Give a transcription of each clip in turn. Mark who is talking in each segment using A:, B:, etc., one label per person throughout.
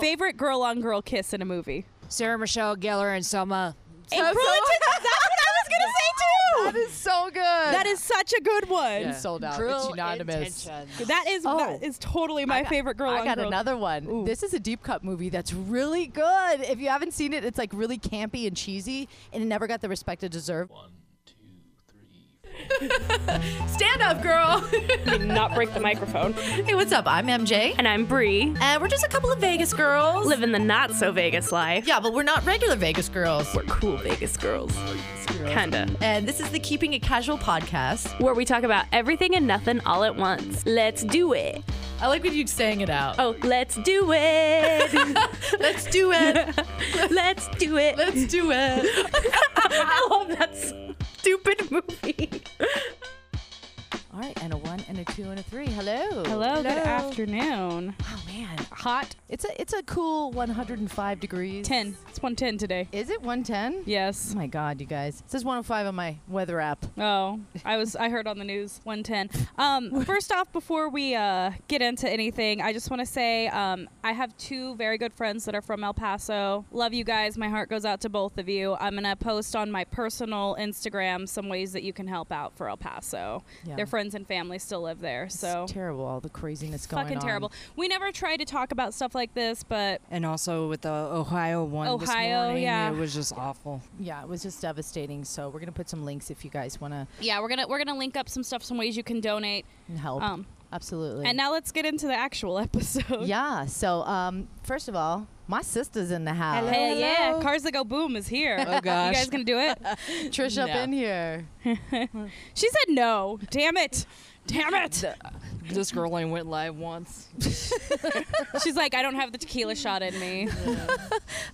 A: Favorite girl on girl kiss in a movie.
B: Sarah Michelle Gellar and Selma.
A: And Cruella Tw- that's what I was gonna say too.
C: That is so good. That
A: That is such a good one.
C: Yeah. sold
D: Uh,
C: out. It's unanimous.
A: That is
C: Oh.
A: that is totally my favorite girl.
C: I
A: on
C: got
A: girl.
C: another one.
A: Ooh.
C: This is a deep cut movie that's really good. If you haven't seen it, it's like really campy and cheesy, and it never got the respect it deserved.
E: Stand up, girl.
F: Not break the microphone.
E: hey, what's up? I'm MJ.
F: And I'm Bree,
E: And we're just a couple of Vegas girls.
F: living the not so Vegas life.
E: yeah, but we're not regular Vegas girls.
F: We're cool Vegas girls. Kinda.
E: And this is the Keeping It Casual podcast.
F: Where we talk about everything and nothing all at once. Let's do it.
E: I like when you sang it out.
F: Oh, let's do it.
E: Let's do it.
F: let's do it.
E: Let's do it.
F: I love that stupid movie.
C: All right, and a one, and a two, and a three. Hello.
A: Hello, good afternoon.
C: Oh man,
A: Hot
C: it's a it's a cool 105 degrees.
A: ten. It's one ten today.
C: Is it 110? Oh
A: Yes.
C: my God, you guys! It says 105 on my weather app.
A: Oh, I was I heard on the news 110. Um, first off, before we uh, get into anything, I just want to say um, I have two very good friends that are from El Paso. Love you guys. My heart goes out to both of you. I'm gonna post on my personal Instagram some ways that you can help out for El Paso.
C: Yeah.
A: Their friends and family still live there,
C: It's
A: so
C: terrible, all the craziness going on.
A: fucking terrible. We never try to talk about stuff like this, but
D: And also with the Ohio one this
A: Ohio,
D: morning,
A: yeah.
D: it was just awful.
C: Yeah, it was just devastating. So we're gonna put some links if you guys want to
A: yeah, we're gonna we're gonna link up some stuff, some ways you can donate.
C: help.
A: Um,
C: Absolutely.
A: and now let's get into the actual episode.
C: Yeah. So, um, first of all, my sister's in the house.
A: Hell yeah, Cars That Go Boom is here.
D: Oh, gosh.
A: You guys gonna do it?
C: Trish up in here.
A: She said no. Damn it. Damn it.
D: This girl only went live once.
A: She's like, I don't have the tequila shot in me.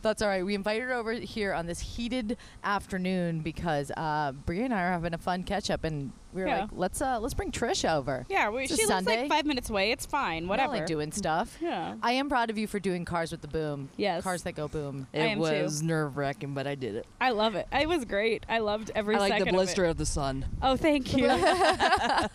C: That's all right. We invited her over here on this heated afternoon because uh, Brie and I are having a fun catch up, and we were
A: Yeah.
C: like, let's uh, let's bring Trish over.
A: Yeah, we,
C: It's
A: she
C: a
A: lives
C: Sunday.
A: like five minutes away. It's fine.
C: We're not,
A: Whatever.
C: like doing stuff.
A: Yeah.
C: I am proud of you for doing cars with the boom.
A: Yes.
C: Cars that go boom.
A: I am
D: It
A: too.
D: was nerve wracking, but I did it.
A: I love it. It was great. I loved every
D: I like
A: second
D: the blister
A: of
D: of, the sun.
A: it. Oh, thank you.
C: That's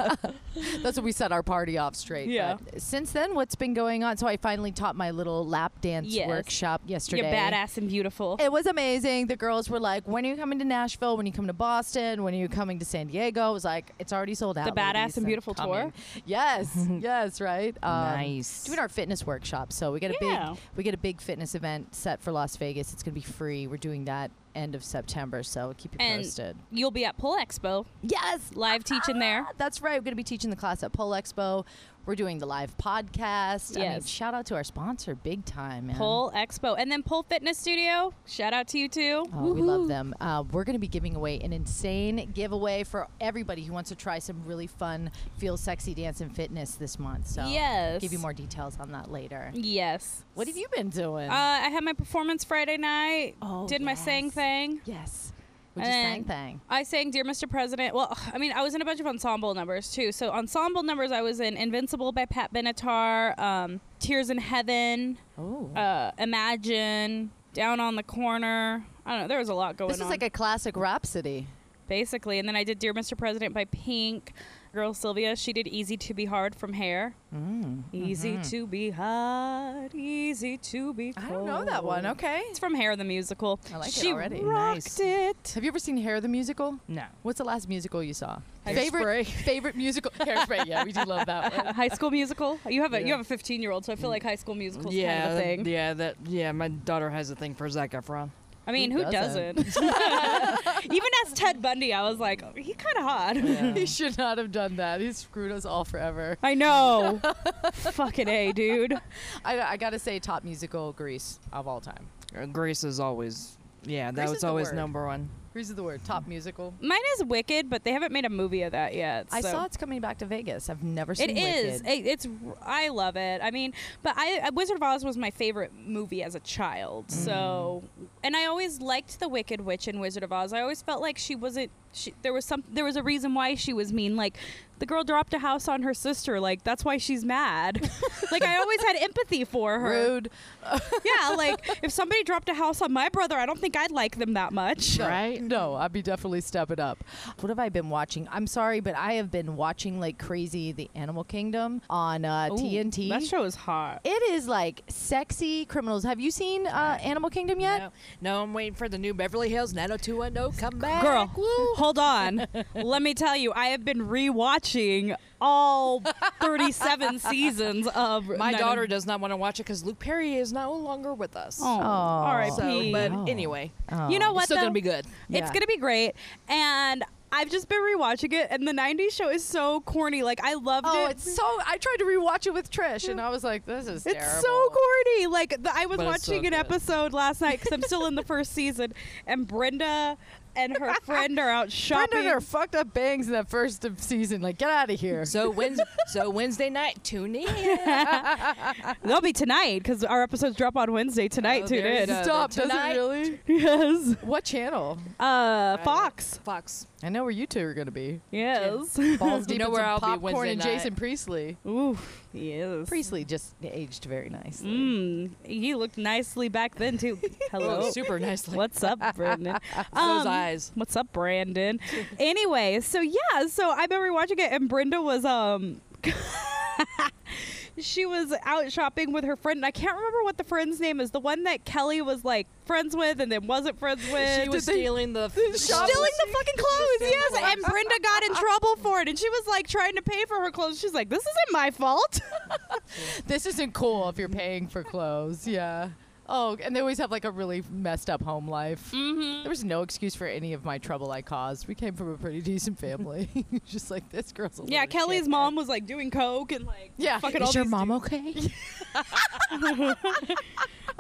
C: what we set our party off straight.
A: Yeah.
C: But since then, what's been going on? So I finally taught my little lap dance
A: Yes.
C: workshop yesterday.
A: You're badass and beautiful.
C: It was amazing. The girls were like, "When are you coming to Nashville? When are you coming to Boston? When are you coming to San Diego?" I was like, "It's already sold out."
A: Badass
C: ladies.
A: and
C: I'm
A: Beautiful tour?
C: coming." Yes, yes, right. Um,
D: Nice.
C: Doing our fitness workshop, so we get a
A: Yeah.
C: big we get a big fitness event set for Las Vegas. It's gonna be free. We're doing that end of September, so keep you
A: and
C: posted.
A: you'll be at Pull Expo,
C: Yes,
A: live teaching there.
C: that's right. We're gonna be teaching the class at Pole Expo. We're doing the live podcast. I mean,
A: Yes.
C: shout out to our sponsor, big time, man.
A: Pull Expo. And then Pull Fitness Studio. Shout out to you too.
C: Oh, we love them. Uh, we're going to be giving away an insane giveaway for everybody who wants to try some really fun, feel sexy dance and fitness this month. So,
A: Yes.
C: give you more details on that later.
A: Yes.
C: What have you been doing?
A: Uh, I had my performance Friday night.
C: Oh,
A: did my
C: yes.
A: sang thing.
C: yes. Which is
A: and
C: sang thing.
A: I sang Dear Mr. President. Well, I mean, I was in a bunch of ensemble numbers too. So, ensemble numbers, I was in Invincible by Pat Benatar, um, Tears in Heaven,
C: Oh.
A: uh, Imagine, Down on the Corner. I don't know. There was a lot going
C: this is
A: on.
C: like a classic rhapsody.
A: basically. And then I did Dear Mr. President by Pink. Girl Sylvia, she did Easy to Be Hard from Hair.
C: Mm.
A: Easy
C: Mm-hmm.
A: to be hard, easy to be cold. Oh.
C: Okay.
A: It's from Hair the Musical.
C: I like it
A: she
C: already.
A: rocked
D: Nice.
A: it.
C: Have you ever seen Hair the musical?
D: No.
C: What's the last musical you saw?
A: Hairspray.
C: Favorite favorite musical Hairspray. Yeah, we do love that one.
A: High School Musical. You have a you
D: Yeah.
A: have a 15 year old, so I feel like High School Musical's
D: yeah,
A: kind of a
D: that-
A: thing.
D: yeah, that yeah. My daughter has a thing for Zac Efron.
A: I mean,
C: Who
A: who,
C: doesn't?
A: doesn't? Even as Ted Bundy, I was like, oh, he kind of hot.
C: He should not have done that. He screwed us all forever.
A: I know. Fucking a, dude.
C: I, I gotta say, top musical Grease of all time.
D: Uh, Grace is always yeah. That
C: Grease is
D: was
C: the
D: always
C: word.
D: number one.
C: Grease is the word. Top musical.
A: Mine is Wicked, but they haven't made a movie of that yet.
C: I
A: so.
C: saw it's coming back to Vegas. I've never seen
A: It is.
C: Wicked.
A: It, it's. I love it. I mean, but I uh, Wizard of Oz was my favorite movie as a child. So, and I always liked the Wicked Witch in Wizard of Oz. I always felt like she wasn't she, there was some there was a reason why she was mean like the girl dropped a house on her sister like that's why she's mad like i always had empathy for her
C: Rude.
A: yeah like if somebody dropped a house on my brother i don't think i'd like them that much
C: right? No, I'd be definitely stepping up. What have I been watching? I'm sorry, but I have been watching like crazy the Animal Kingdom on uh,
A: Ooh,
C: TNT.
A: that show is hot
C: it is like sexy criminals. Have you seen uh, Animal Kingdom yet?
D: No, no, I'm waiting for the new Beverly Hills 90210. Come back.
A: Girl, hold on. Let me tell you, I have been rewatching all 37 seasons of
D: My
A: Night
D: daughter
A: of-
D: does not want to watch it because Luke Perry is no longer with us.
A: Oh, R.I.P.
D: So, but
C: Oh.
D: anyway,
A: you know
D: it's
A: what?
D: still
A: though?
D: gonna be good.
A: It's
C: Yeah.
A: gonna be great, and I've just been rewatching it. And the '90s show is so corny. Like I loved
C: Oh,
A: it.
C: it's so. I tried to rewatch it with Trish, and I was like, "This is
A: It's
C: terrible."
A: so corny. Like the, I was
D: But it's so
A: watching an
D: good.
A: episode last night because I'm still in the first season, and Brenda and her friend are out shopping.
C: Brenda and her fucked up bangs in that first of- season. Like, get out of here.
D: So Wednesday, so Wednesday night, tune in.
A: They'll be tonight because our episodes drop on Wednesday tonight.
D: Oh,
A: Tune
D: there you
A: in.
D: go.
C: Stop. Does
D: Tonight-
C: it really?
A: Yes.
C: What channel?
A: Uh, Fox.
D: Fox.
C: I know where you two are gonna be.
A: Yes.
C: Balls
D: You
C: deep
D: know
C: in
D: where
C: some
D: I'll be
C: popcorn
D: Wednesday
C: and
D: night.
C: Jason Priestley.
A: Ooh. Yes.
C: Priestley just aged very nicely.
A: Mm, he looked nicely back then too.
C: Oh,
A: Hello.
D: super nicely.
A: What's up, Brandon?
D: Those
A: Um,
D: eyes.
A: What's up, Brandon? anyway, so yeah, so I've been rewatching it, and Brenda was um. She was out shopping with her friend, and I can't remember what the friend's name is. The one that Kelly was like friends with, and then wasn't friends with.
D: She was
A: Did they-
D: stealing the, the
A: stealing the fucking clothes. Yes, and Brenda got in trouble for it, and she was like trying to pay for her clothes. She's like, "This isn't my fault."
C: This isn't cool if you're paying for clothes. Yeah. Oh, and they always have like a really messed up home life.
A: Mm.
C: Mm-hmm. There was no excuse for any of my trouble I caused. We came from a pretty decent family. Just like this girl's a
A: Yeah,
C: load of
A: Kelly's
C: shit.
A: mom was like doing coke and like
C: Yeah,
A: fucking all
B: Is your
A: these
B: mom okay?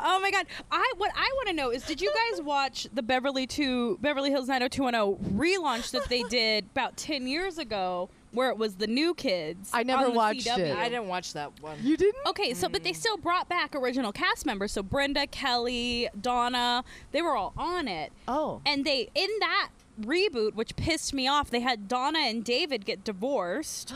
A: Oh my god! I what I want to know is, did you guys watch the Beverly Two Beverly Hills 90210 relaunch that they did about ten years ago, where it was the new kids?
C: I never
A: on the
C: watched
A: CW?
C: it. Mm.
D: I didn't watch that one.
C: You didn't?
A: Okay, so but they still brought back original cast members. So Brenda, Kelly, Donna, they were all on it,
C: Oh.
A: and they in that reboot, which pissed me off, they had Donna and David get divorced.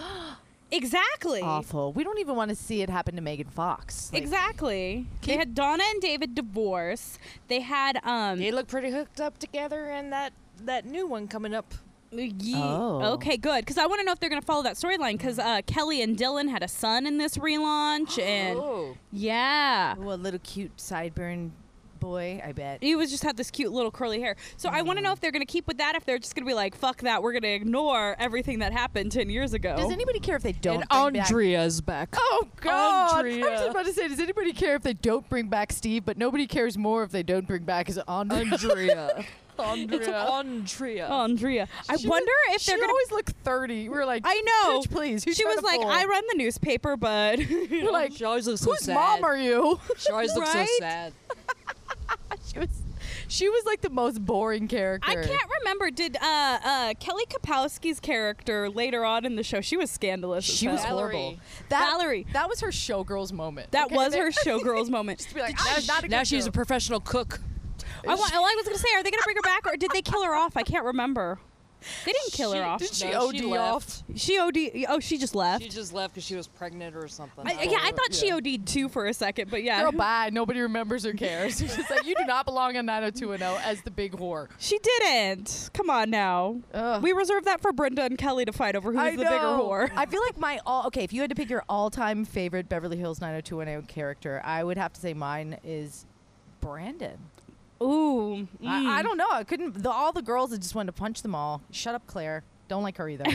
A: exactly.
C: Awful. We don't even want to see it happen to Megan Fox. Like,
A: Exactly. They had Donna and David divorce. They had um
D: They look pretty hooked up together, and that that new one coming up.
A: Ye-
C: Oh.
A: Okay, good. Because I want to know if they're going to follow that storyline. Because uh, Kelly and Dylan had a son in this relaunch, and
D: Oh,
A: yeah,
C: Ooh, a little cute sideburn boy, I bet.
A: he was just had this cute little curly hair. So I want to know if they're going to keep with that. If they're just going to be like, "Fuck that, we're going to ignore everything that happened ten years ago."
C: Does anybody care if they don't?
D: and
C: bring back-
D: Andrea's back.
C: Oh God! I was
D: Andrea.
C: about to say, does anybody care if they don't bring back Steve? But nobody cares more if they don't bring back his Andre.
D: Andrea. Andrea. Andrea.
A: Oh, Andrea, I wonder if they're
C: She
A: going to.
C: always look thirty. We're like,
A: I know.
C: Bitch, please. Who's
A: she was like, "I run the newspaper, but
C: We're like,
D: she always looks so
C: whose
D: sad.
C: mom are you?
D: She always looks so
A: Right?
D: sad.
C: she was, she was like the most boring character.
A: I can't remember." Did uh, uh, Kelly Kapowski's character later on in the show? She was scandalous. as
C: She was
A: hell.
D: Valerie.
C: horrible. That,
A: Valerie.
C: That was her showgirls moment.
A: That
C: Okay,
A: was
C: they-
A: her showgirls moment.
C: to be like, I was not a
D: now
C: good
D: she's
C: girl.
D: a professional cook.
A: I, wa- well, I was gonna say, are they gonna bring her back or did they kill her off? I can't remember. They didn't kill her off.
C: Did she
D: No,
C: OD
D: she
C: off?
D: left.
A: She OD. Oh, she just left.
D: She just left because she was pregnant or something.
A: I, yeah, I thought she OD'd too for a second, but yeah,
C: Girl, bye. Nobody remembers or cares. She's just like, you do not belong oh on 90210 as the big whore.
A: she didn't. Come on now.
C: Ugh.
A: We reserve that for Brenda and Kelly to fight over who's
C: I
A: the bigger
C: know.
A: whore.
C: I feel like my all okay. If you had to pick your all-time favorite Beverly Hills 90210 character, I would have to say mine is Brandon.
A: Ooh, mm.
C: I, I don't know. I couldn't. The, all the girls, I just wanted to punch them all. Shut up, Claire. Don't like her either.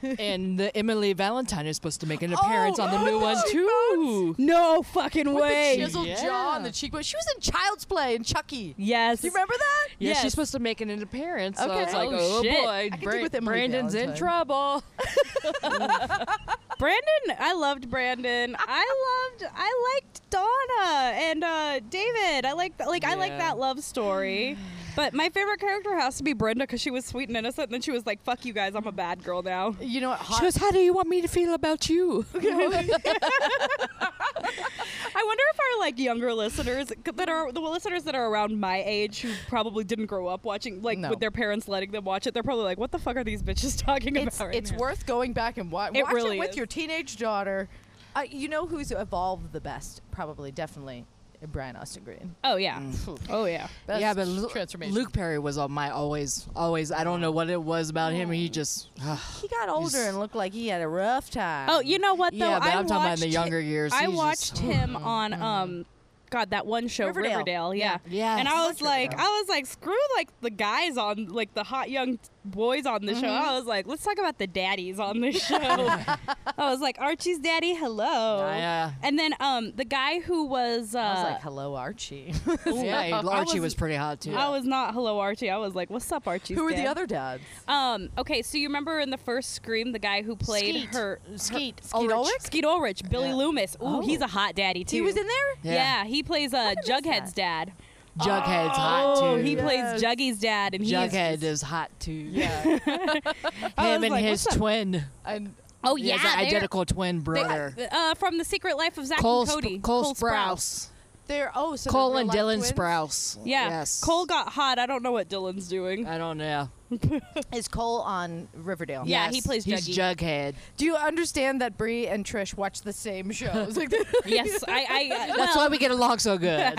D: And the Emily Valentine is supposed to make
C: Oh,
D: an appearance on the new one
C: she
D: too.
A: No fucking
C: the
A: way.
C: chiseled jaw and the
D: Yeah.
C: cheekbone. She was in Child's Play and Chucky.
A: Yes.
C: Do you remember that?
D: Yeah,
A: Yes.
D: she's supposed to make an appearance. So
C: Okay.
D: it's like,
A: Oh,
D: oh,
A: shit.
D: boy,
C: I could do
D: Bra-
C: with Emily
D: Brandon's in
C: Valentine.
D: trouble.
A: Brandon, I loved Brandon. I loved. I liked Donna and uh, David. I like like I like
D: Yeah.
A: that love story. But my favorite character has to be Brenda because she was sweet and innocent, and then she was like, "Fuck you guys, I'm a bad girl now."
C: You know what? Hot,
D: She goes, how do you want me to feel about you?
A: I wonder if our like younger listeners c- that are the listeners that are around my age who probably didn't grow up watching like
C: No.
A: with their parents letting them watch it. They're probably like, "What the fuck are these bitches talking
C: It's
A: about?" right
C: it's
A: now?"
C: worth going back and wa-
A: It
C: watch
A: really
C: it with
A: is.
C: your teenage daughter. Uh, you know who's evolved the best? Probably, definitely, uh, Brian Austin Green.
A: Oh yeah.
C: Mm.
A: Oh yeah.
C: That's
D: yeah, but Lu-
C: transformation.
D: Luke Perry was on my always, always. I don't know what it was about him. He just.
C: he got older and looked like he had a rough time.
A: Oh, you know what though?
D: yeah, but
A: I
D: I'm talking about in the
A: watched
D: younger
A: hi-
D: years.
A: I
D: he's
A: watched
D: Just, Mm-hmm.
A: him on um God, that one show, Riverdale.
C: Riverdale.
A: yeah.
D: Yeah.
A: And I
D: Yes.
A: was like, I was like, screw like the guys on like the hot young boys on the show.
D: Mm-hmm.
A: I was like, let's talk about the daddies on the show. I was like, Archie's daddy, hello.
D: Yeah.
A: And then um the guy who was uh
C: I was like, "Hello, Archie."
D: yeah, he-
A: I
D: Archie was,
A: was-
D: pretty hot too.
A: I was not hello Archie. I was like, "What's up, Archie?"
C: Who were the other dads?
A: Um. Okay. So you remember in the first Scream, the guy who played
D: Skeet.
A: her,
D: Skeet.
A: her Skeet Ulrich, Oh. Skeet Ulrich, Billy
D: Yeah.
A: Loomis. Ooh, he's a hot daddy too.
C: He was in there.
A: Yeah,
D: Yeah.
A: he plays uh, Jughead's dad.
D: Jughead's hot too.
A: Oh, he
C: Yeah.
A: plays
C: Yes.
A: Juggy's dad, and he's
D: Jughead is hot too. Yeah.
A: I
D: him
A: was
D: and
A: like,
D: his
A: what's up?
D: twin.
C: And
A: Oh
D: He
A: yeah,
D: has an
A: they're-
D: identical twin
A: they-
D: brother.
A: uh, from the Secret Life of Zach
D: Cole,
A: and
D: Sp-
A: Cody.
D: Cole, Sprouse.
C: they're oh, so they're
D: Cole and Dylan
C: real-life twins?
D: Sprouse.
A: Yeah.
D: Yes. Uh,
A: Cole got hot. I don't know what Dylan's doing.
D: I don't know.
C: Is Cole on Riverdale?
A: Yeah, he plays
D: He's
A: Juggy.
D: Jughead.
C: Do you understand that Bree and Trish watch the same shows? Like,
A: yes, I. uh, I
D: That's why we get along so good.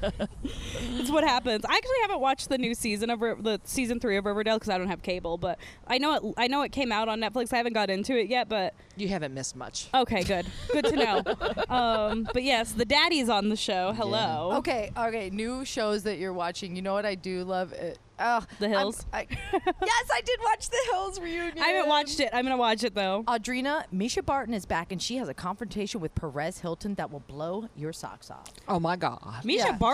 A: That's what happens. I actually haven't watched the new season of Ri- the season three of Riverdale because I don't have cable, but I know it. I know it came out on Netflix. I haven't got into it yet, but
D: you haven't missed much.
A: okay, good, good to know. um, but yes, the daddy's on the show. Hello.
C: okay, okay, new shows that you're watching. You know what I do love? It, oh,
A: The
C: I'm-
A: Hills.
C: I, yes, I did watch The Hills reunion.
A: I haven't watched it. I'm gonna watch it though.
C: Audrina, Misha Barton is back, and she has a confrontation with Perez Hilton that will blow your socks off.
D: Oh my god.
A: Misha
C: yeah.
A: Barton.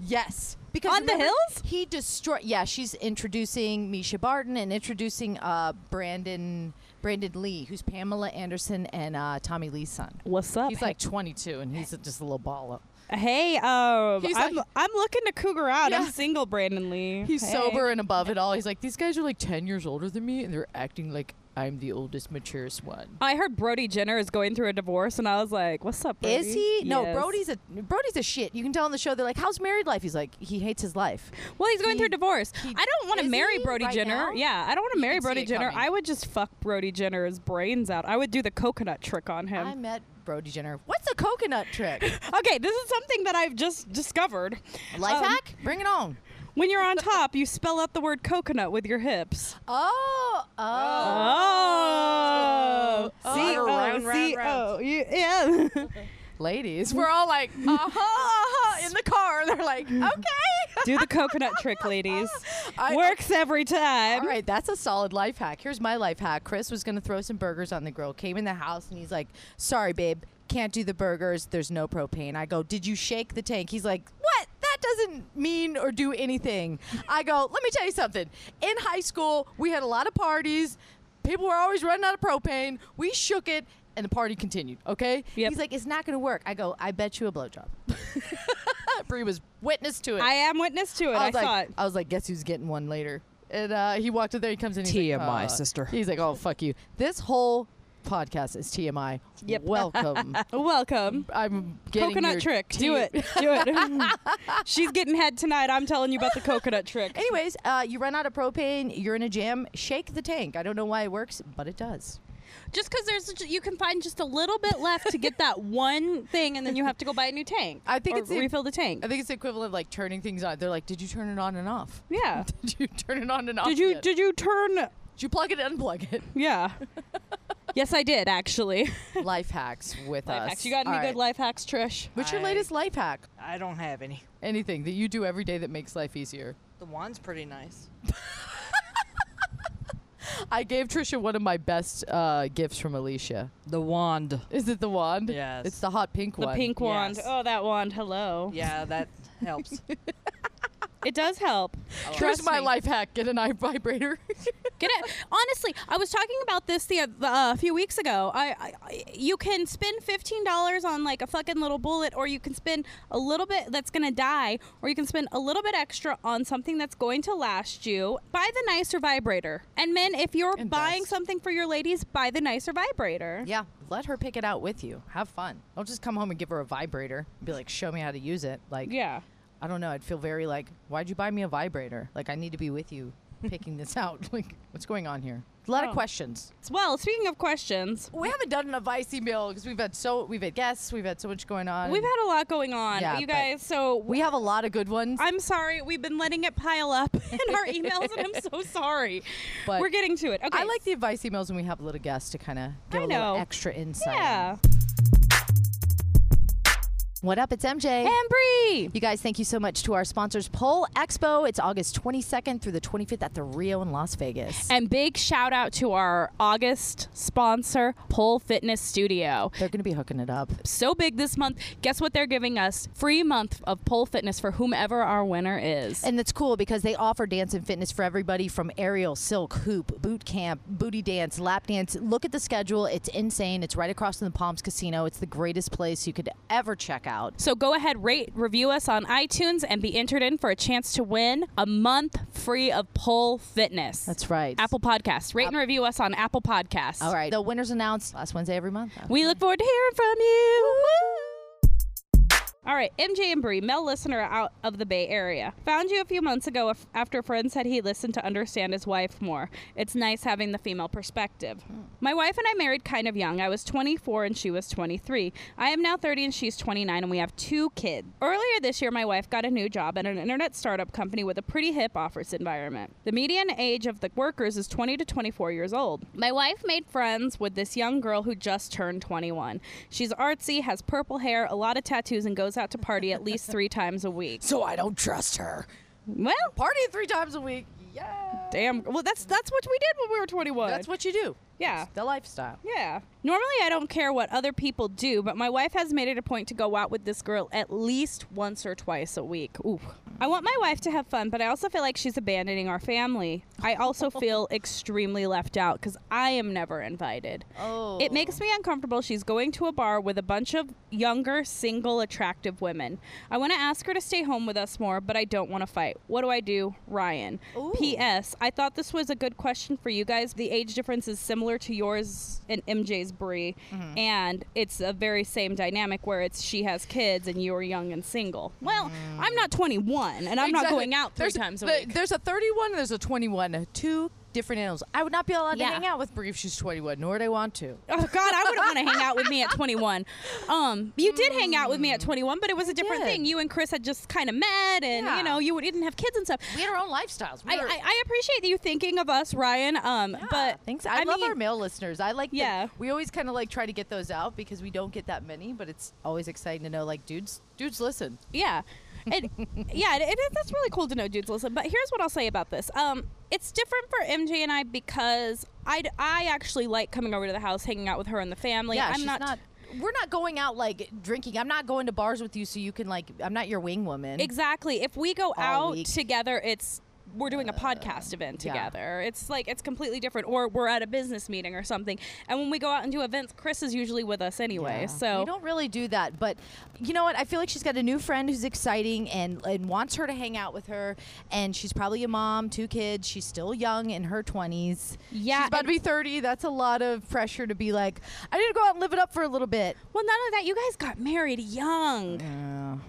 C: Yes, because
A: On the
C: remember,
A: Hills?
C: he destroyed. Yeah, she's introducing Misha Barton and introducing uh, Brandon Brandon Lee, who's Pamela Anderson and uh, Tommy Lee's son.
A: What's up?
C: He's like 22, and he's just a little ball up.
A: hey, um,
C: He's
A: I'm
C: like-
A: I'm looking to cougar out. I'm
C: Yeah.
A: single, Brandon Lee.
C: He's
A: Hey.
C: sober and above it all. He's like, these guys are like 10 years older than me, and they're acting like I'm the oldest, maturest one.
A: I heard Brody Jenner is going through a divorce, and I was like, "What's up, Brody?"
C: Is he? No,
A: Yes.
C: Brody's a Brody's a shit. You can tell on the show. They're like, "How's married life?" He's like, "He hates his life."
A: Well, he's going through a
C: He-
A: divorce.
C: he-
A: I don't want to
C: Is
A: marry
C: he
A: Brody
C: right
A: Jenner.
C: now?
A: Yeah, I don't want to marry
C: can see
A: Brody
C: it
A: Jenner.
C: coming.
A: I would just fuck Brody Jenner's brains out. I would do the coconut trick on him.
C: I met Brody Jenner. What's the coconut trick?
A: okay, this is something that I've just discovered.
C: life
A: Um,
C: hack? Bring it on.
A: When you're on top, you spell out the word coconut with your hips.
C: Oh, oh.
A: Oh, C O
E: round, round,
A: C O. Yeah.
C: Ladies, we're all like, uh huh, uh huh, in the car. They're like, okay.
A: Do the coconut trick, ladies.
C: I-
A: Works every time.
C: All right, that's a solid life hack. Here's my life hack. Chris was gonna throw some burgers on the grill. Came in the house and he's like, "Sorry, babe, can't do the burgers. There's no propane." I go, "Did you shake the tank?" He's like, "What? That doesn't mean or do anything." I go, "Let me tell you something. In high school, we had a lot of parties. People were always running out of propane. We shook it." And the party continued, okay?
A: Yep.
C: He's like, it's not gonna work. I go, I bet you a blowjob. Bree was witness to it.
A: I am witness to it. I,
C: I was like,
A: saw it.
C: I was like, guess who's getting one later? And uh, he walked in there. He comes in. He's
D: TMI,
C: like, uh,
D: sister.
C: He's like, oh fuck you. This whole podcast is TMI.
A: Yep.
C: Welcome.
A: uh, Welcome.
C: I'm getting
A: Coconut
C: your
A: trick.
C: tea-
A: Do it. Do it. She's getting head tonight. I'm telling you about the coconut trick.
C: Anyways, uh, you run out of propane. You're in a jam. Shake the tank. I don't know why it works, but it does.
A: Just because there's, ju- you can find just a little bit left to get that one thing, and then you have to go buy a new tank.
C: I think
A: Or
C: it's the-
A: refill the tank.
C: I think it's the equivalent of like turning things on. They're like, did you turn it on and off?
A: yeah.
C: Did you turn it on and off?
A: Did you
C: yet?
A: did you turn?
C: Did you plug it and unplug it?
A: Yeah. yes, I did actually.
C: life hacks with us.
A: Life hacks. You got any
C: All
A: good
C: right.
A: life hacks, Trish?
C: What's your
D: I-
C: latest life hack?
D: I don't have any.
C: Anything that you do every day that makes life easier?
D: The wand's pretty nice.
C: I gave Trisha one of my best uh, gifts from Alicia.
D: The wand.
C: Is it the wand?
D: Yes.
C: It's the hot pink
A: The
C: one.
A: pink wand.
D: Yes.
A: Oh, that wand. Hello.
D: Yeah, that helps.
A: It does help.
C: Here's
A: Trust
C: my
A: me.
C: life hack: get an eye vibrator.
A: Get it? Honestly, I was talking about this the the, uh, a few weeks ago. I, I- I you can spend fifteen dollars on like a fucking little bullet, or you can spend a little bit that's gonna die, or you can spend a little bit extra on something that's going to last you. Buy the nicer vibrator. And men, if you're buying something for your ladies, buy the nicer vibrator.
C: yeah, let her pick it out with you. Have fun. Don't just come home and give her a vibrator. Be like, show me how to use it. Like,
A: Yeah.
C: I don't know. I'd feel very like, why'd you buy me a vibrator? Like, I need to be with you picking this out. Like, what's going on here? A lot of questions.
A: Well, speaking of questions,
C: Oh. We haven't done an advice email because we've had so we've had guests, we've had so much going on.
A: we've had a lot going on,
C: Yeah,
A: you
C: but-
A: guys. So
C: we have a lot of good ones.
A: I'm sorry. We've been letting it pile up in our emails, and I'm so sorry.
C: But-
A: We're getting to it. Okay.
C: I like the advice emails when we have little guests to kind of give
A: I
C: a little
A: know.
C: extra insight.
A: Yeah.
C: What up? It's MJ.
A: And Bree.
C: You guys, thank you so much to our sponsors, Pole Expo. It's August 22nd through the 25th at the Rio in Las Vegas.
A: And big shout out to our August sponsor, Pole Fitness Studio.
C: They're going to be hooking it up.
A: So big this month. Guess what they're giving us? Free month of Pole Fitness for whomever our winner is.
C: And that's cool because they offer dance and fitness for everybody from aerial, silk, hoop, boot camp, booty dance, lap dance. Look at the schedule. It's insane. It's right across from the Palms Casino. It's the greatest place you could ever check out.
A: so go ahead, rate, review us on iTunes, and be entered in for a chance to win a month free of Pole Fitness.
C: That's right.
A: Apple Podcasts. Rate and review us on Apple Podcasts.
C: All right. The winners announced last Wednesday every month.
A: We look forward to hearing from you. All right, MJ and Bree, male listener out of the Bay Area. Found you a few months ago af- after a friend said he listened to understand his wife more. It's nice having the female perspective.
C: Hmm.
A: My wife and I married kind of young. I was 24 and she was 23. I am now 30 and she's 29 and we have two kids. Earlier this year, my wife got a new job at an internet startup company with a pretty hip office environment. The median age of the workers is 20 to 24 years old. My wife made friends with this young girl who just turned 21. She's artsy, has purple hair, a lot of tattoos, and goes out to party at least three times a week.
D: So I don't trust her.
A: Well,
C: Party three times a week. Yeah.
A: damn. Well, that's that's what we did when we were 21.
C: That's what you do.
A: Yeah.
C: The lifestyle.
A: Yeah. Normally, I don't care what other people do, but my wife has made it a point to go out with this girl at least once or twice a week. Ooh. I want my wife to have fun, but I also feel like she's abandoning our family. I also feel extremely left out because I am never invited.
C: Oh.
A: It makes me uncomfortable. She's going to a bar with a bunch of younger, single, attractive women. I want to ask her to stay home with us more, but I don't want to fight. What do I do, Ryan? P.S. I thought this was a good question for you guys. The age difference is similar to yours and MJ's Brie,
C: Mm-hmm.
A: and it's a very same dynamic where it's she has kids and you're young and single. Well, I'm not 21, and I'm not
C: Mm. Exactly.
A: going out three
C: there's,
A: times a
C: the-
A: week.
C: There's a 31 and there's a 21. Two different animals. I would not be allowed
A: Yeah.
C: to hang out with Brie if she's 21, nor would I want to.
A: Oh God, I wouldn't want to hang out with me at 21. Um, you did hang out with me at 21, but it was a different
C: did.
A: thing. You and Chris had just kind of met, and
C: Yeah.
A: you know, you didn't have kids and stuff.
C: We had our own lifestyles. We
A: I,
C: were-
A: I, I appreciate you thinking of us, Ryan. Um, but
C: thanks. I, love
A: mean,
C: our male listeners. I like.
A: Yeah.
C: Them. We always kind of like try to get those out because we don't get that many, but it's always exciting to know like dudes. Dudes listen.
A: Yeah. And yeah, it, it, that's really cool to know dudes listen. But here's what I'll say about this. Um, it's different for MJ and I because I, I actually like coming over to the house, hanging out with her and the family.
C: yeah.
A: I'm
C: she's
A: not,
C: We're not going out like drinking. I'm not going to bars with you so you can like. I'm not your wing woman.
A: Exactly. If we go
C: All
A: out
C: week. Uh,
A: together, it's we're doing a podcast event
C: yeah.
A: together. It's like it's completely different. Or we're at a business meeting or something. And when we go out and do events, Chris is usually with us anyway.
C: Yeah.
A: So
C: we don't really do that. But you know what? I feel like she's got a new friend who's exciting and and wants her to hang out with her. And she's probably a mom, two kids. She's still young in her twenties.
A: Yeah,
C: she's about to be thirty. That's a lot of pressure to be like, I need to go out and live it up for a little bit.
A: well, none of that. You guys got married young.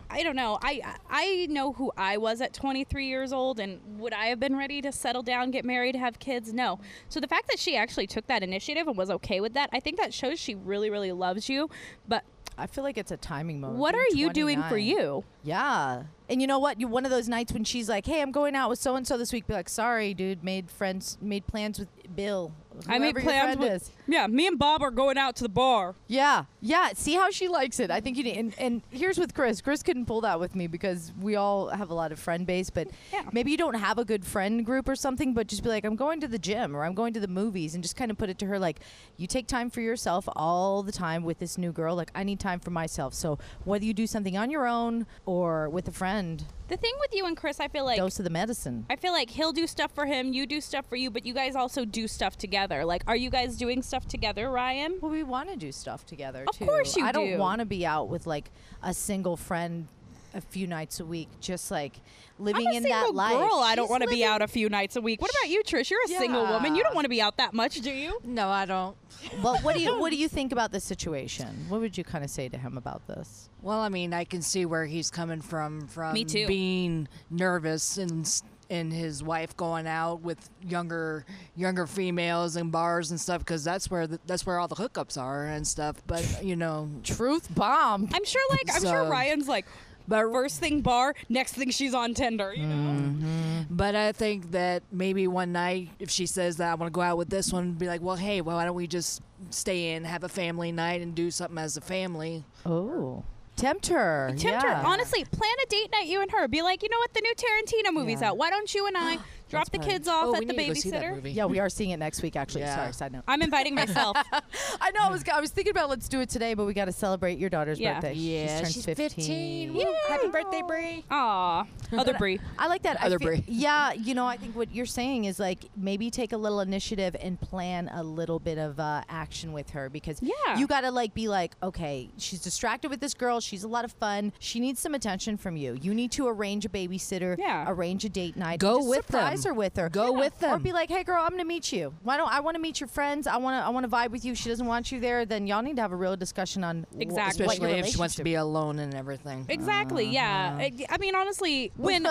A: I don't know. I I know who I was at 23 years old, and would I have been ready to settle down, get married, have kids? No. So the fact that she actually took that initiative and was okay with that, I think that shows she really, really loves you. But
C: I feel like it's a timing moment.
A: what
C: I'm
A: are you doing for
C: 29.
A: you?
C: Yeah. And you know what? You one of those nights when she's like, "Hey, I'm going out with so and so this week." Be like, "Sorry, dude. Made friends. Made plans with Bill.
A: I made
C: whoever your
A: plans
C: friend
A: with.
C: is."
A: Yeah, me and Bob are going out to the bar.
C: Yeah, Yeah, see how she likes it. I think you need. And, and here's with Chris. Chris couldn't pull that with me because we all have a lot of friend base, but
A: Yeah.
C: maybe you don't have a good friend group or something. But just be like, I'm going to the gym or I'm going to the movies, and just kind of put it to her like, you take time for yourself all the time with this new girl. Like, I need time for myself. So whether you do something on your own or with a friend,
A: The thing with you and Chris, I feel like
C: dose of the medicine.
A: I feel like he'll do stuff for him, you do stuff for you, but you guys also do stuff together. Like, are you guys doing stuff together, Ryan?
C: Well, we want to do stuff together.
A: Of
C: too.
A: course you
C: I don't
A: do.
C: want to be out with like a single friend a few nights a week, just like living
A: I'm a
C: in
A: single
C: that life.
A: girl. I don't
C: She's
A: want to be
C: living-
A: out a few nights a week. What about you, Trish? You're a single woman. You don't
C: Yeah.
A: want to be out that much, do you?
B: No, I don't.
C: Well, what do you what do you think about this situation? What would you kind of say to him about this?
B: Well, I mean, I can see where he's coming from. From
A: Me too.
B: being nervous and s- and his wife going out with younger younger females and bars and stuff because that's where the, that's where all the hookups are and stuff. But you know,
C: Truth bomb.
A: I'm sure, like, I'm sure
B: So-
A: Ryan's like,
B: but
A: first thing bar, next thing she's on Tinder. You know,
B: But I think that maybe one night, if she says that I want to go out with this one, be like, well, hey, why don't we just stay in, have a family night, and do something as a family?
C: Oh, tempt her.
A: tempt
C: Mm, yeah.
A: her. Honestly, plan a date night. You and her. Be like, you know what? The new Tarantino movie's
C: Yeah.
A: out. Why don't you and I drop the kids off
D: oh, we
A: at the
D: need to go see that
A: babysitter?
D: movie.
C: Yeah, we are seeing it next week. Actually,
B: Yeah.
C: sorry, side note.
A: I'm inviting myself.
C: I know. I was I was thinking about let's do it today, but we got to celebrate your daughter's
A: Yeah.
C: birthday.
B: Yeah,
C: turns
B: she's 15. Woo, Happy birthday, Brie.
A: Aw, other Brie.
C: I like that. I
D: Other
C: feel-
D: Brie.
C: Yeah, you know, I think what you're saying is like maybe take a little initiative and plan a little bit of uh, action with her because
A: Yeah.
C: you got to like be like, okay, she's distracted with this girl. She's a lot of fun. She needs some attention from you. You need to arrange a babysitter.
A: Yeah.
C: Arrange a date night.
D: Go
C: Just
D: with
C: surprise
D: them.
C: her with her.
D: Go with
C: Or
D: them.
C: be like, hey, girl, I'm gonna meet you. Why don't I want to meet your friends? I want to I want to vibe with you. She doesn't want you there. Then y'all need to have a real discussion on wh-
A: Exactly.
C: what your
B: Especially if she wants to
C: relationship
B: be alone and everything.
A: Exactly. yeah. I, I mean, honestly, when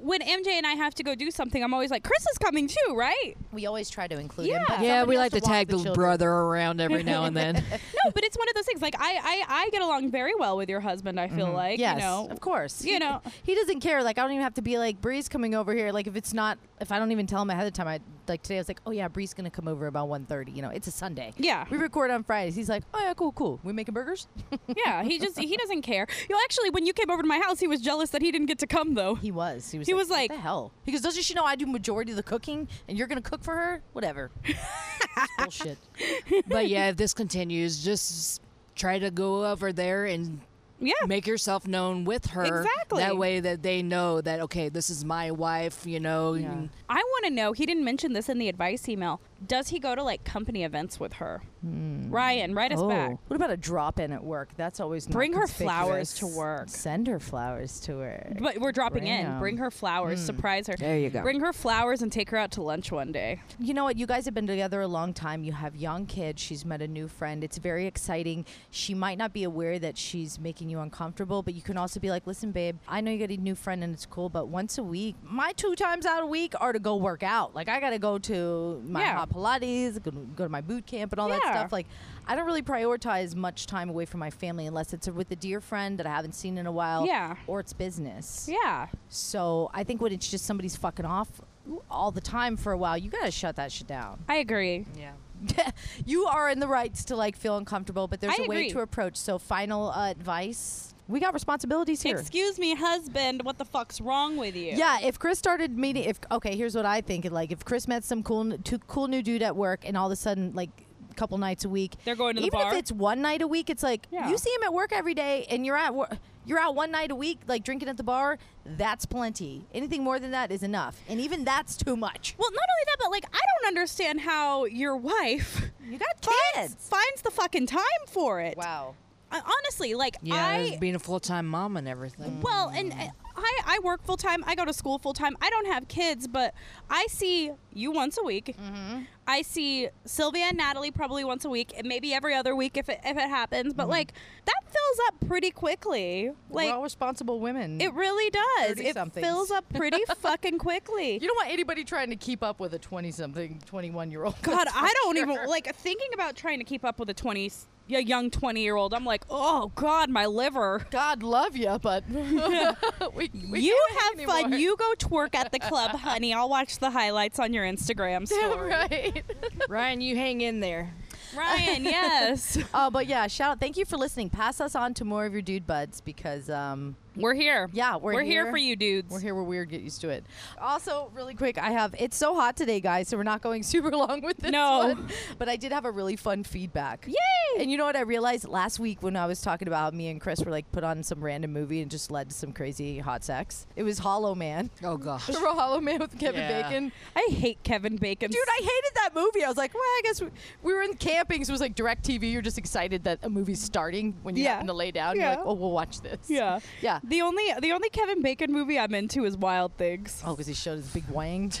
A: when MJ and I have to go do something, I'm always like, Chris is coming too, right?
C: We always try to include.
A: Yeah.
C: Him, but
D: Yeah,
C: somebody
D: we
C: has
D: like to
C: walk
D: tag the,
C: children.
D: brother around every now and then.
A: No, but it's one of those things. Like, I I, I get along very well with your husband. I feel like,
C: yes,
A: you know,
C: of course.
A: you
C: He-
A: know.
C: he doesn't care. Like I don't even have to be like Bree's coming over here. Like if it's not, if I don't even tell him ahead of time, I like today I was like, oh yeah, Bree's gonna come over about 1.30. You know, it's a Sunday.
A: Yeah.
C: we record on Fridays. He's like, oh yeah, cool, cool. We making burgers.
A: Yeah, he just he doesn't care. You know, actually, when you came over to my house, he was jealous that he didn't get to come though.
C: He was. He was.
A: He
C: like,
A: was like-
C: what the hell. He goes, doesn't she know I do majority of the cooking and you're gonna cook for her? Whatever. It's bullshit.
B: but yeah, if this continues, just try to go over there and
A: Yeah,
B: make yourself known with her.
A: Exactly.
B: That way that they know that, okay, this is my wife, you know. and-
A: I want to know. He didn't mention this in the advice email. Does he go to like company events with her? Ryan, write us
C: Oh.
A: back.
C: what about a drop in at work? That's always not
A: Bring her flowers
C: conspicuous.
A: to work.
C: Send her flowers to work.
A: But we're dropping
C: Bring
A: in.
C: 'em.
A: Bring her flowers. Surprise her. There you go. Bring her flowers and take her out to lunch one day.
C: you know what you guys have been together a long time you have young kids she's met a new friend it's very exciting she might not be aware that she's making you uncomfortable but you can also be like listen babe i know you got a new friend and it's cool but once a week my two times out a week are to go work out like i gotta go to my
A: Yeah.
C: hot pilates go to, go to my boot camp and all that
A: Yeah.
C: stuff like i don't really prioritize much time away from my family unless it's with a dear friend that i haven't seen in a while
A: Yeah.
C: or it's business
A: Yeah.
C: so I think when it's just somebody's fucking off all the time for a while, you gotta shut that shit down.
A: I agree.
B: yeah.
C: you are in the rights to like feel uncomfortable, but there's
A: I
C: a way
A: agree.
C: to approach. So final uh, advice: we got responsibilities here.
A: Excuse me, husband. What the fuck's wrong with you?
C: yeah, if Chris started meeting, if okay, here's what I think: like if Chris met some cool, two, cool new dude at work, and all of a sudden, like a couple nights a week,
A: They're going to the
C: even
A: bar.
C: if it's one night a week, it's like
A: Yeah.
C: you see him at work every day, and you're at work. You're out one night a week, like drinking at the bar. That's plenty. Anything more than that is enough, and even that's too much.
A: Well, not only that, but like I don't understand how your wife
C: You got
A: finds, finds the fucking time for it.
C: Wow.
A: I, honestly, like
B: Yeah,
A: I
B: being a full time mom and everything.
A: well, and I I work full time. I go to school full time. I don't have kids, but I see you once a week. I see Sylvia and Natalie probably once a week, and maybe every other week if it if it happens. But like that fills up pretty quickly. Like
C: We're all responsible women.
A: it really does. It
C: 30-somethings.
A: fills up pretty fucking quickly.
C: you don't want anybody trying to keep up with a 20 something, 21 year old.
A: God, I don't even like thinking about trying to keep up with a twenty, a young twenty year old. I'm like, oh God, my liver.
C: God love you, but we, we
A: you
C: can't
A: have fun.
C: anymore.
A: You go twerk at the club, honey. I'll watch the highlights on your Instagram story.
C: right.
D: Ryan, you hang in there.
A: Ryan, yes.
C: Oh, but yeah, shout out. Thank you for listening. Pass us on to more of your dude buds because um,
A: We're here.
C: Yeah, we're
A: here.
C: here.
A: for you, dudes.
C: We're here. We're weird. Get used to it. Also, really quick, I have. It's so hot today, guys. So we're not going super long with this
A: No.
C: one. But I did have a really fun feedback. Yay! And you know what? I realized last week when I was talking about me and Chris were like put on some random movie and just led to some crazy hot sex. It was Hollow Man.
B: Oh gosh.
C: Remember Hollow Man with Kevin
E: Yeah.
C: Bacon?
A: I hate Kevin Bacon.
C: Dude, I hated that movie. I was like, well, I guess we, we were in camping, so it was like direct TV. You're just excited that a movie's starting when you
A: Yeah.
C: happen to lay down. You're
A: Yeah.
C: like, oh, we'll watch this.
A: Yeah.
C: Yeah.
A: The only the only Kevin Bacon movie I'm into is Wild Things.
C: Oh, because he showed his big wang.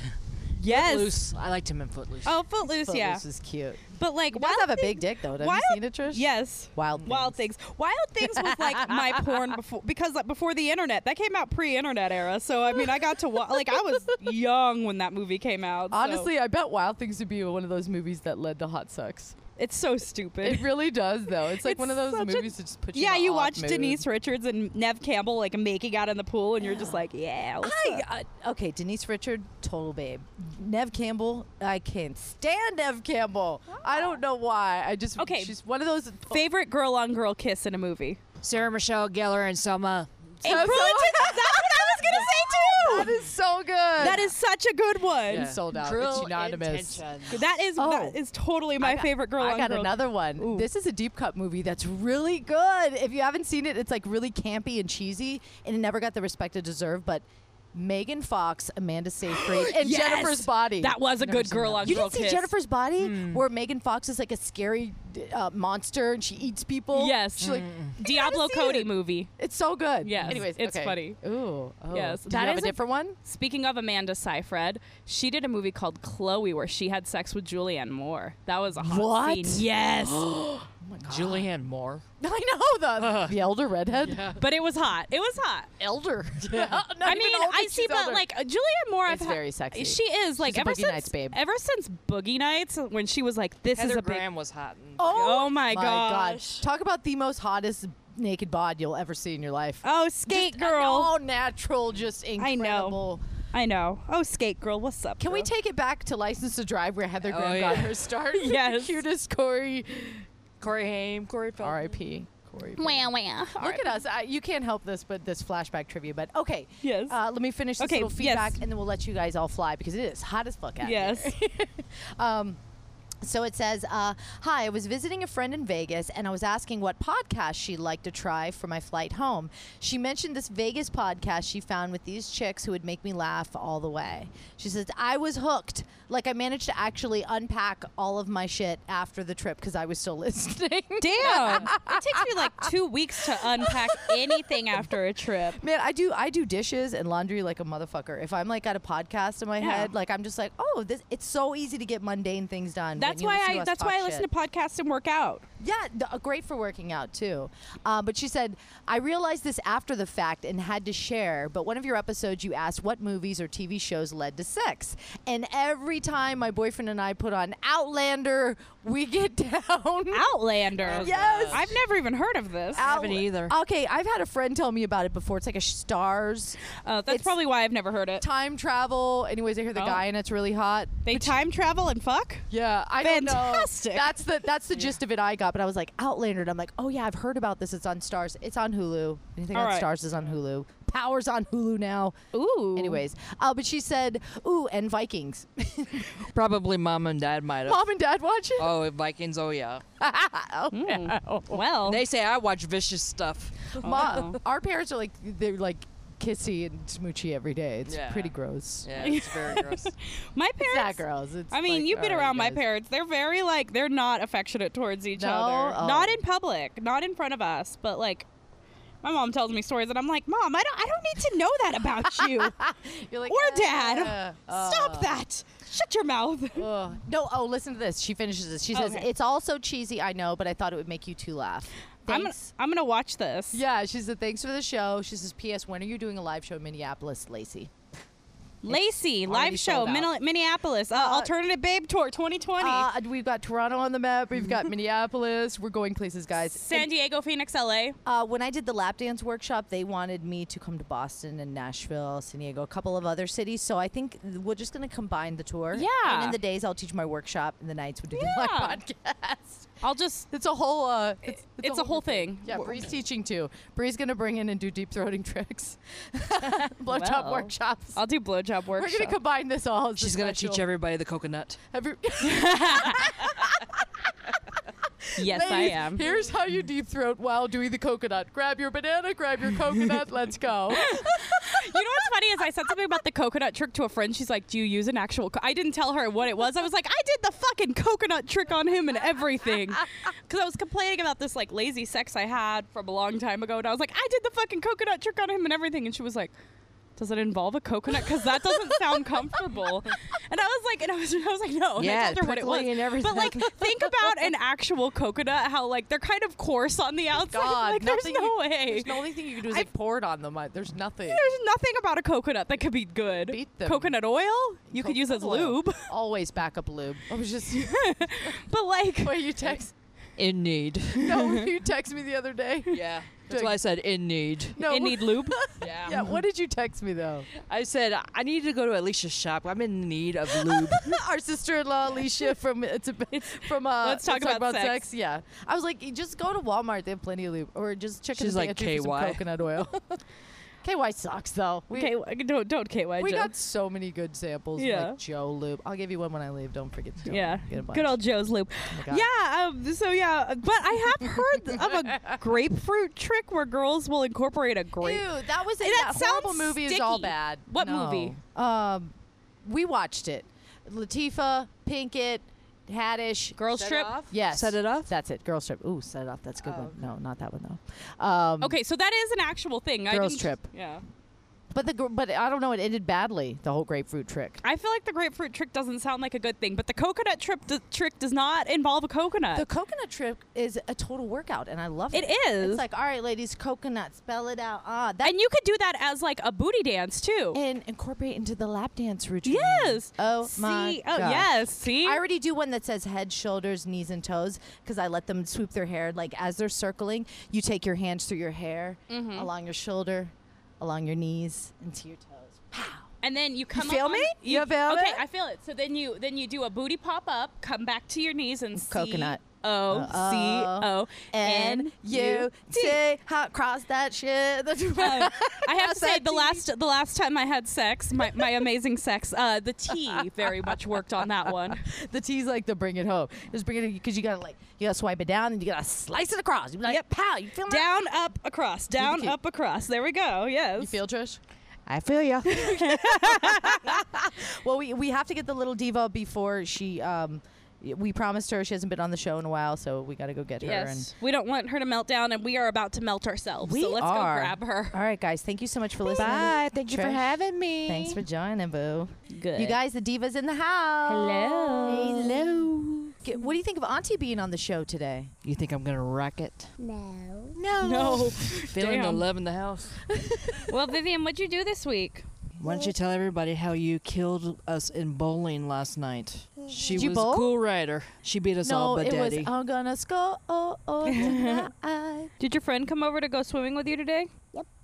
A: Yes.
B: Footloose. I liked him in Footloose.
A: Oh, Footloose, yeah.
C: This is cute.
A: But like,
C: You
A: Wild
C: guys have a
A: Things-
C: big dick, though. Have
A: Wild-
C: you seen it, Trish?
A: Yes.
C: Wild
A: Wild Things. Wild Things was like my porn before because like, before the internet. That came out pre-internet era. So I mean, I got to wa- like I was young when that movie came out. so-
C: Honestly, I bet Wild Things would be one of those movies that led to hot sex.
A: it's so
C: It
A: stupid.
C: really does, though. It's like
A: It's
C: one of those
A: such a-
C: movies that just puts you.
A: yeah,
C: in a
A: you
C: odd
A: watch
C: mood.
A: Denise Richards and Nev Campbell like making out in the pool, and you're just like, yeah. what's up?
C: I, uh, okay, Denise Richard, total babe. Nev Campbell, I can't stand Nev Campbell. I don't know why. I just
A: Okay.
C: She's one of those.
A: Favorite girl on girl kiss in a movie.
B: Sarah Michelle Gellar and Selma.
A: April and That's what I was gonna say too.
C: That is so good. That
A: That is such a good one.
C: is sold out. It's unanimous.
A: That is that
C: Oh.
A: is totally my
C: I got-
A: favorite girl.
C: I
A: on
C: got
A: girl.
C: another one.
A: Ooh.
C: This is a deep cut movie that's really good. If you haven't seen it, it's like really campy and cheesy, and it never got the respect it deserved. But Megan Fox, Amanda Seyfried, and
A: Yes!
C: Jennifer's Body.
A: That was a good girl on
C: you
A: girl
C: didn't see
A: kiss. Hmm.
C: Jennifer's Body, where Megan Fox is like a scary uh, monster and she eats people.
A: Yes.
C: she like
A: Diablo
C: seen
A: Cody
C: it.
A: movie.
C: it's so good.
A: Yes,
C: anyways,
A: it's
C: okay.
A: funny.
C: Ooh, oh.
A: Yes,
C: Do
A: that
C: you have
A: is
C: a
A: a-
C: different one?
A: Speaking of Amanda Seyfried, she did a movie called Chloe where she had sex with Julianne Moore. That was a hot
C: What?
A: scene. Yes,
D: Julianne Moore.
C: I know the the elder redhead. Oh,
A: but it was hot. It was hot.
C: Elder.
A: I mean, I see, but like uh, Julianne Moore,
C: It's
A: I've had-
C: very sexy.
A: She is like
C: She's a
A: ever
C: Boogie
A: since
C: Nights babe.
A: ever since Boogie Nights when she was like, this is
D: Heather
A: a big.
D: Graham was hot. in-
A: Oh, my,
C: my God.
A: gosh.
C: Talk about the most hottest naked bod you'll ever see in your life.
A: Oh, skate
C: Just an
A: girl.
C: All natural, just
A: I know.
C: incredible.
A: I know. Oh, skate girl. What's up?
C: Can we
A: bro?
C: take it back to License to Drive where Heather
B: Oh,
C: Graham got her start?
A: Yes.
C: Cutest Corey.
D: Corey Haim, Corey Feldman.
C: R.I.P. Corey.
F: Wah, wah.
C: Look at us. I, you can't help this, but this flashback trivia. But okay.
A: Yes.
C: Uh, let me finish this
A: Okay,
C: little feedback,
A: yes.
C: and then we'll let you guys all fly because it is hot as fuck out here.
A: Yes.
C: Um, so it says, uh, Hi, I was visiting a friend in Vegas and I was asking what podcast she'd like to try for my flight home. She mentioned this Vegas podcast she found with these chicks who would make me laugh all the way. She says, I was hooked. Like, I managed to actually unpack all of my shit after the trip because I was still listening.
A: Damn. it takes me like two weeks to unpack anything after a trip.
C: Man, I do I do dishes and laundry like a motherfucker. If I'm like got a podcast in my
A: Yeah.
C: head, like I'm just like, oh, this it's so easy to get mundane things done.
A: That's why I that's why I listen to podcasts and work out.
C: Yeah, th- uh, great for working out too. Uh, but she said, I realized this after the fact and had to share. But one of your episodes, you asked what movies or TV shows led to sex. And every time my boyfriend and I put on Outlander, we get down.
A: Outlander.
C: Yes.
D: Uh,
A: I've never even heard of this.
C: Out-
B: either.
C: Okay, I've had a friend tell me about it before. It's like a sh- stars
A: Uh, that's
C: It's-
A: probably why I've never heard it.
C: time travel. Anyways, I hear the
A: Oh.
C: guy and it's really hot.
A: They time travel and fuck?
C: Yeah, I
A: Fantastic.
C: don't know. That's the that's the gist of it I got. But I was like Outlander, and I'm like, oh yeah, I've heard about this. It's on Stars. It's on Hulu. Anything
A: All
C: on
A: right.
C: Stars is on Hulu. Power's on Hulu now.
A: Ooh.
C: Anyways, uh, but she said, ooh, and Vikings.
D: Probably mom and dad might have.
C: Mom and Dad watch it. Oh.
D: Oh, Vikings. Oh, yeah.
A: Hmm. Well.
D: They say I watch vicious stuff.
A: Hmm?
C: Ma- uh,
A: wow.
C: our parents are like they're like kissy and smoochy every day. It's
D: Yeah.
C: pretty gross.
D: Yeah, it's very gross.
A: my
C: It's
A: parents
C: not gross. It's
A: I mean,
C: like,
A: you've been
C: all right,
A: around my
C: guys.
A: parents. They're very like they're not affectionate towards each
C: No?
A: other.
C: Oh.
A: Not in public, not in front of us, but like my mom tells me stories and I'm like, "Mom, I don't I don't need to know that about you."
C: You're like,
A: or
C: "Ah,
A: dad.
C: uh,
A: Stop that. Shut your mouth.
C: Ugh. No, oh, listen to this. She finishes this. She says,
A: Okay.
C: It's all so cheesy, I know, but I thought it would make you two laugh.
A: I'm gonna,
C: Thanks.
A: I'm gonna watch this.
C: yeah, she said, Thanks for the show. She says, P.S. When are you doing a live show in Minneapolis, Lacey?
A: Lacey,
C: already
A: live show,
C: sold out.
A: Minne- Minneapolis, uh, Alternative Babe Tour 2020.
C: Uh, we've got Toronto on the map. We've got Minneapolis. We're going places, guys.
A: San Diego, Phoenix, LA.
G: Uh, when I did the lap dance workshop, they wanted me to come to Boston and Nashville, San Diego, a couple of other cities. So I think we're just going to combine the tour. And
A: Yeah.
G: in the days, I'll teach my workshop. In the nights, we do the live
A: Yeah.
G: podcast.
A: I'll just.
C: It's a whole. Uh, it's,
A: It's a whole thing.
C: Yeah, Bree's teaching too. Bree's gonna bring in and do deep throating tricks, blowjob
A: Well,
C: workshops.
A: I'll do blowjob work.
C: We're gonna combine this all. as a
D: She's gonna teach
C: special.
D: everybody the coconut.
C: Every-
A: Yes, I
C: Ladies,
A: am.
C: Here's how you deep throat while doing the coconut. Grab your banana. Grab your coconut. let's go.
A: You know what's funny is I said something about the coconut trick to a friend. She's like, "Do you use an actual?" Co-? I didn't tell her what it was. I was like, "I did the fucking coconut trick on him and everything," because I was complaining about this like lazy sex I had from a long time ago, and I was like, "I did the fucking coconut trick on him and everything," and she was like. Does it involve a coconut? Because that doesn't sound comfortable. And I was like, and I was, I was like, no. And
B: Yeah,
A: I told her what it was.
B: prickly and
A: But like,
B: everything.
A: think about an actual coconut. How like they're kind of coarse on the outside.
C: God,
A: like, there's
C: nothing
A: no
C: you-
A: way.
C: There's the only thing you can do is like pour it on them. I- There's nothing.
A: There's nothing about a coconut that could be good.
C: Beat them.
A: Coconut oil you could use as
C: Coconut oil.
A: lube,
C: Always backup lube. I was just
A: but like
C: wait. You text.
D: In need.
C: No, you text me the other day.
D: Yeah. That's why I said in need.
C: No,
A: it need lube.
C: yeah. What did you text me though?
D: I said I need to go to Alicia's shop. I'm in need of lube.
C: Our sister-in-law Alicia from it's a, from uh,
A: Let's Talk About Sex.
C: Yeah, I was like, you just go to Walmart. They have plenty of lube, or just check in
D: She's
C: the
D: like,
C: pantry for some
D: "KY."
C: coconut oil. KY sucks though. We,
A: Okay, w- don't don't KY.
C: we
A: Joe.
C: got so many good samples. Yeah.
A: Yeah.
C: like Joe lube. I'll give you one when I leave. Don't forget. To
A: yeah,
C: get a bunch. Oh
A: good old Joe's lube.
C: my God.
A: yeah, um, so yeah, but I have heard th- of a grapefruit trick where girls will incorporate a
G: Ew,
A: grape.
G: that was in
A: That
G: that, horrible
A: sounds
G: movie is all
A: sticky.
G: bad.
A: What movie?
C: Um,
G: We watched it. Latifa, Pinkett, Haddish.
A: Girls trip.
C: yes.
D: Set it off. Oh,
C: That's it. Girl trip. Ooh, set it off. That's a good one. No, not that one though. Um,
A: Mm. Okay, so that is an actual thing. I
C: Girls
A: didn't-
C: trip.
A: Yeah,
C: But the gr- but I don't know. It ended badly. The whole grapefruit trick.
A: I feel like the grapefruit trick doesn't sound like a good thing, but the coconut trip d- trick does not involve a coconut.
G: The coconut trip is a total workout, and I love it.
A: It is.
G: It's like, all right, ladies, coconut, spell it out. Ah, that
A: and you could do that as like a booty dance too.
G: and incorporate into the lap dance routine.
A: Yes.
G: Oh my.
A: See? Oh
G: gosh.
A: yes. See.
G: I already do one that says head, shoulders, knees, and toes because I let them swoop their hair. Like as they're circling, you take your hands through your hair,
C: Mm-hmm.
G: along your shoulder, along your knees, and to your toes.
A: and then you come.
G: feel
A: up on-
G: me?
A: You,
G: You feel
A: okay,
G: it?
A: I feel it. So then you then you do a booty pop up, come back to your knees and
G: Coconut.
A: O C O
G: N U T, hot cross that shit.
A: Oh, I have to say the
G: SAT.
A: last the last time I had sex, my, my amazing sex, uh, the T very much worked on that one.
C: The T's like the bring it home. Just bring it because you gotta like you gotta swipe it down and you gotta slice it across. You be like,
A: Yep.
C: pow. You feel me?
A: Down, up, across. Down, up, across. There we go. Yes.
C: You feel Trish?
G: I feel you. well, we, we have to get the little diva before she. Um, we promised her she hasn't been on the show in a while, so we got to go get her.
A: yes. We don't want her to melt down, and we are about to melt ourselves.
G: And
A: so let's
G: are.
A: go grab her.
G: All right, guys. Thank you so much for listening.
B: Bye. Thank you for
G: Trish.
B: having me.
G: Thanks for joining, boo.
A: Good.
G: You guys, the diva's in the house.
F: Hello.
G: Hello. G- What do you think of Auntie being on the show today?
D: You think I'm gonna wreck it?
G: No.
A: No.
D: Feeling the
A: Damn.
D: love in the house.
F: Well, Vivian, what'd you do this week?
D: Why don't you tell everybody how you killed us in bowling last night? She
G: Did you
D: was
G: bowl?
D: a cool rider. She beat us all,
G: No,
D: but
G: it was.
D: daddy.
G: I'm gonna score tonight.
A: Did your friend come over to go swimming with you today?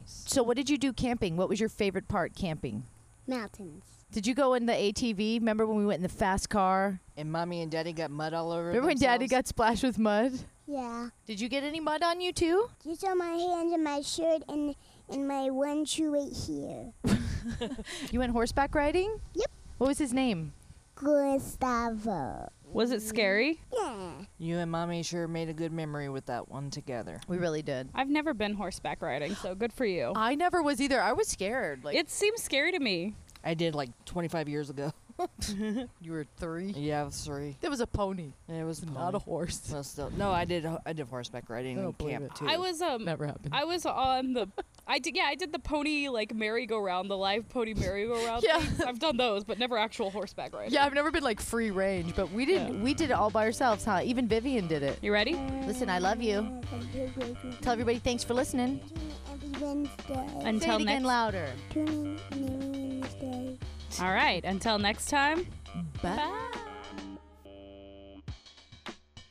G: so, what did you do camping? What was your favorite part camping?
H: Mountains.
G: Did you go in the ATV? Remember when we went in the fast car?
D: and mommy and daddy got mud all over.
C: Remember when Daddy
D: themselves?
C: got splashed with mud?
H: Yeah.
G: Did you get any mud on you too?
H: You saw my hands and my shirt and and my one shoe right here.
G: You went horseback riding?
H: Yep.
G: What was his name?
H: Gustavo.
A: Was it scary?
H: Yeah.
D: You and mommy sure made a good memory with that one together.
G: We really did.
A: I've never been horseback riding, so good for you.
C: I never was either. I was scared. Like
A: It seems scary to me.
D: I did like 25 years ago.
C: you were three.
D: Yeah, I was three.
C: There was a pony,
D: It was
C: not a
D: pony.
C: horse.
D: Well, still, no, I did. I did horseback riding
C: I don't
D: in
C: believe
D: camp
C: it.
D: too.
A: I was um
C: Never happened.
A: I was on the I did yeah, I did the pony like merry-go-round, the live pony merry-go-round.
C: Yeah.
A: things. I've done those, but never actual horseback riding.
C: yeah, I've never been like free range, but we did
G: We did it all by ourselves, huh? Even Vivian did it.
A: You ready?
G: Listen, I love you. Tell everybody thanks for listening.
H: Every Wednesday.
G: Say it
A: Until
G: again
A: next
G: louder.
H: Tuning in every Wednesday.
I: All right. Until next time.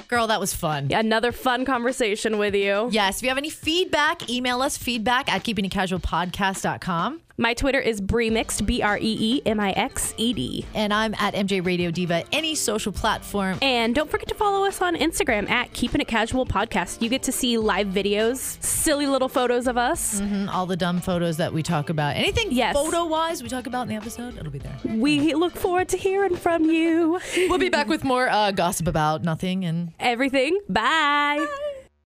C: Girl, that was fun.
A: Another fun conversation with you.
C: Yes. If you have any feedback, email us feedback at keepingitcasualpodcast.com.
A: My Twitter is Bremixed, B R E E M I X E D.
C: And I'm at MJ Radio Diva, any social platform.
A: And don't forget to follow us on Instagram at Keeping It Casual Podcast. You get to see live videos, silly little photos of us.
C: And all the dumb photos that we talk about. Anything
A: Yes.
C: photo wise we talk about in the episode, it'll be there.
A: We look forward to hearing from you.
C: We'll be back with more uh, gossip about nothing and
A: Everything. Bye.